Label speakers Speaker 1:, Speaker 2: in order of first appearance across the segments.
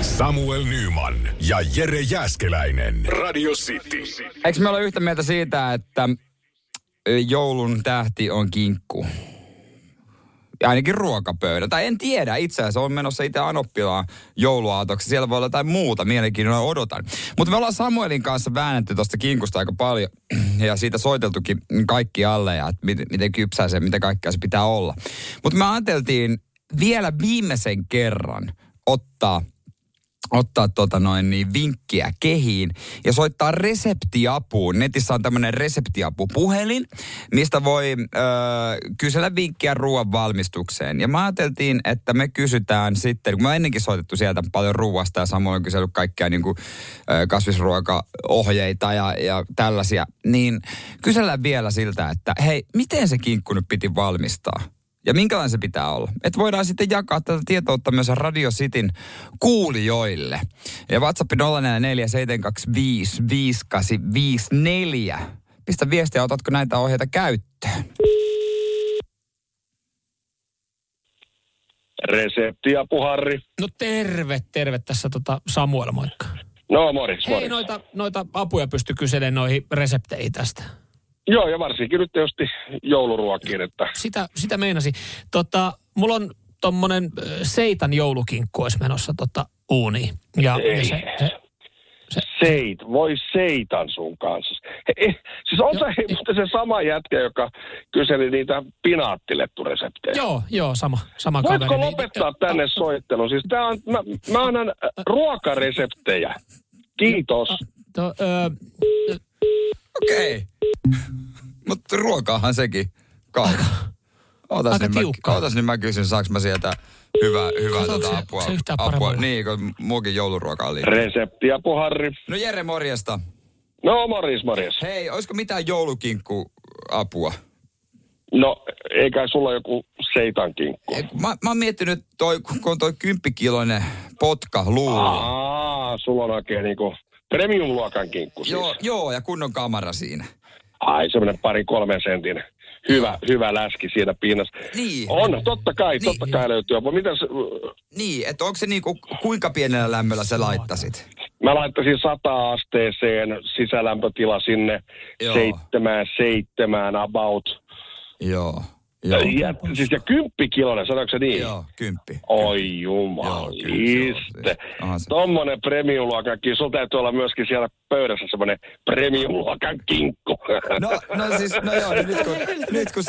Speaker 1: Samuel Nyman ja Jere Jäskeläinen. Radio City.
Speaker 2: Eikö me ole yhtä mieltä siitä, että ö, joulun tähti on kinkku? Ja ainakin ruokapöydä. Tai en tiedä, itse asiassa on menossa itse Anoppilaan jouluaatoksi. Siellä voi olla jotain muuta, mielenkiinnolla odotan. Mutta me ollaan Samuelin kanssa väännetty tuosta kinkusta aika paljon. Ja siitä soiteltukin kaikki alle ja että miten, miten kypsää se, mitä kaikkea se pitää olla. Mutta me ajateltiin vielä viimeisen kerran ottaa ottaa tota noin niin vinkkiä kehiin ja soittaa reseptiapuun. Netissä on tämmöinen reseptiapupuhelin, mistä voi öö, kysellä vinkkiä ruoan valmistukseen. Ja mä ajateltiin, että me kysytään sitten, kun mä oon ennenkin soitettu sieltä paljon ruoasta ja samoin on kysellyt kaikkia niin kuin, öö, kasvisruokaohjeita ja, ja tällaisia, niin kysellään vielä siltä, että hei, miten se kinkku nyt piti valmistaa? ja minkälainen se pitää olla. Että voidaan sitten jakaa tätä tietoutta myös Radio Cityn kuulijoille. Ja WhatsApp 0447255854. Pistä viestiä, otatko näitä ohjeita käyttöön?
Speaker 3: Resepti ja puharri.
Speaker 4: No terve, terve tässä tota Samuel, moikka.
Speaker 3: No morjens,
Speaker 4: Hei,
Speaker 3: morjens.
Speaker 4: noita, noita apuja pysty kyselemään noihin resepteihin tästä.
Speaker 3: Joo, ja varsinkin nyt tietysti jouluruokiin, että
Speaker 4: Sitä, sitä meinasi. Tota, mulla on tommonen ö, seitan joulukinkku olisi menossa tota, uuniin. Ja, ja
Speaker 3: Ei.
Speaker 4: se, se,
Speaker 3: seit, voi seitan sun kanssa. He, he, siis on
Speaker 4: Joo,
Speaker 3: se
Speaker 4: ei.
Speaker 3: muuten se sama jätkä, joka kyseli niitä pinaattilettureseptejä.
Speaker 4: joo, joo, sama, sama
Speaker 3: Voitko
Speaker 4: kaveri.
Speaker 3: lopettaa tänne soittelun? Siis tää on, mä, mä annan äh, ruokareseptejä. Kiitos.
Speaker 4: To, ö,
Speaker 2: Okei. Okay. Mutta ruokaahan sekin kautta. Ootas
Speaker 4: aika
Speaker 2: nyt, mä,
Speaker 4: tiukkaa.
Speaker 2: ootas nyt mä kysyn, saaks mä sieltä hyvää, hyvää
Speaker 4: Saaks
Speaker 2: tota
Speaker 4: se-
Speaker 2: apua.
Speaker 4: se yhtään
Speaker 2: apua.
Speaker 4: paremmalla?
Speaker 2: Niin, kun muukin jouluruokaan liittyy.
Speaker 3: Resepti ja puharri.
Speaker 2: No Jere, morjesta.
Speaker 3: No morjens, morjens.
Speaker 2: Hei, olisiko mitään joulukinkku-apua?
Speaker 3: No, eikä sulla joku seitankinkku.
Speaker 2: Ei, kun Mä, mä oon miettinyt, toi, kun on toi kymppikiloinen potka luulla.
Speaker 3: Aa, sulla on oikein niinku premium-luokan kinkku siis.
Speaker 2: Joo, joo, ja kunnon kamera siinä.
Speaker 3: Ai semmoinen pari kolmen sentin hyvä, hyvä läski siinä pinnassa.
Speaker 2: Niin.
Speaker 3: On, totta kai,
Speaker 2: Niin.
Speaker 3: totta kai löytyy. Mutta mitäs,
Speaker 2: Niin, että onko se niinku, kuinka pienellä lämmöllä se laittasit?
Speaker 3: mä laittaisin 100 asteeseen sisälämpötila sinne
Speaker 2: Joo.
Speaker 3: seitsemään, seitsemään about.
Speaker 2: Joo, joo,
Speaker 3: Joo. Ja, siis ja kymppikiloinen, sanoiko se niin?
Speaker 2: joo, kymppi.
Speaker 3: Oi
Speaker 2: Joo, kyllä se on
Speaker 3: jumaliste.
Speaker 2: se. Onhan se.
Speaker 3: Tuommoinen premium-luokan kinkku. Sulla täytyy olla myöskin siellä pöydässä semmoinen premium-luokan kinkku.
Speaker 2: No, no siis, no joo, niin nyt kun, nyt kun,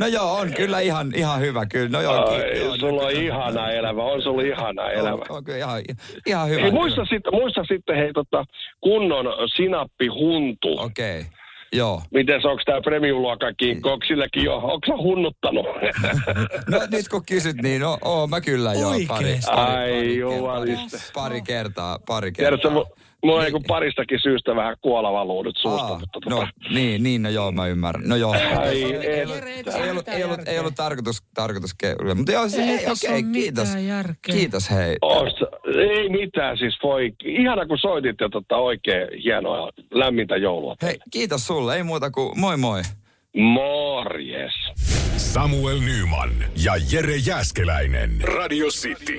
Speaker 2: no joo, on kyllä ihan, ihan hyvä, kyllä, no joo.
Speaker 3: Ai,
Speaker 2: joo,
Speaker 3: sulla on
Speaker 2: nyt-
Speaker 3: ihana elämä, on sulla ihana elämä.
Speaker 2: On, on kyllä ihan, ihan hyvä.
Speaker 3: Hei, muista, sitten, muista sitten hei, tota, kunnon sinappihuntu. Okay.
Speaker 2: Okei, joo.
Speaker 3: Mites, onko tämä premium-luokan kinkku? Onko silläkin jo, onko sä hunnuttanut?
Speaker 2: No nyt kun kysyt, niin no, oo, mä kyllä joo. Pari, pari,
Speaker 4: Oikeesti?
Speaker 3: Ai,
Speaker 2: pari,
Speaker 3: jumalista.
Speaker 2: kertaa, pari kertaa, pari
Speaker 3: Tiedätkö,
Speaker 2: kertaa.
Speaker 3: mu- mulla on niin. paristakin syystä vähän kuola valuu nyt suusta.
Speaker 2: Aa,
Speaker 3: mutta
Speaker 2: no
Speaker 3: tota,
Speaker 2: niin, niin, no joo, mä ymmärrän. No joo.
Speaker 3: Ai,
Speaker 2: Ei,
Speaker 3: et.
Speaker 2: ei, ollut, ei, ollut, ei, ollut, ei ollut tarkoitus, tarkoitus keulua, mutta joo, siis,
Speaker 4: Ei
Speaker 2: hei,
Speaker 4: tässä
Speaker 2: okei,
Speaker 4: ole
Speaker 2: kiitos.
Speaker 4: mitään järkeä.
Speaker 2: Kiitos, hei.
Speaker 3: Oot sä- ei mitään, siis voi. Ihana, kun soitit ja tota, oikein hienoa lämmintä joulua.
Speaker 2: Hei, kiitos sulle, ei muuta kuin moi moi.
Speaker 3: Morjes.
Speaker 1: Samuel Nyman ja Jere Jäskeläinen. Radio City.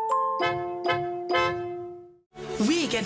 Speaker 5: Weekend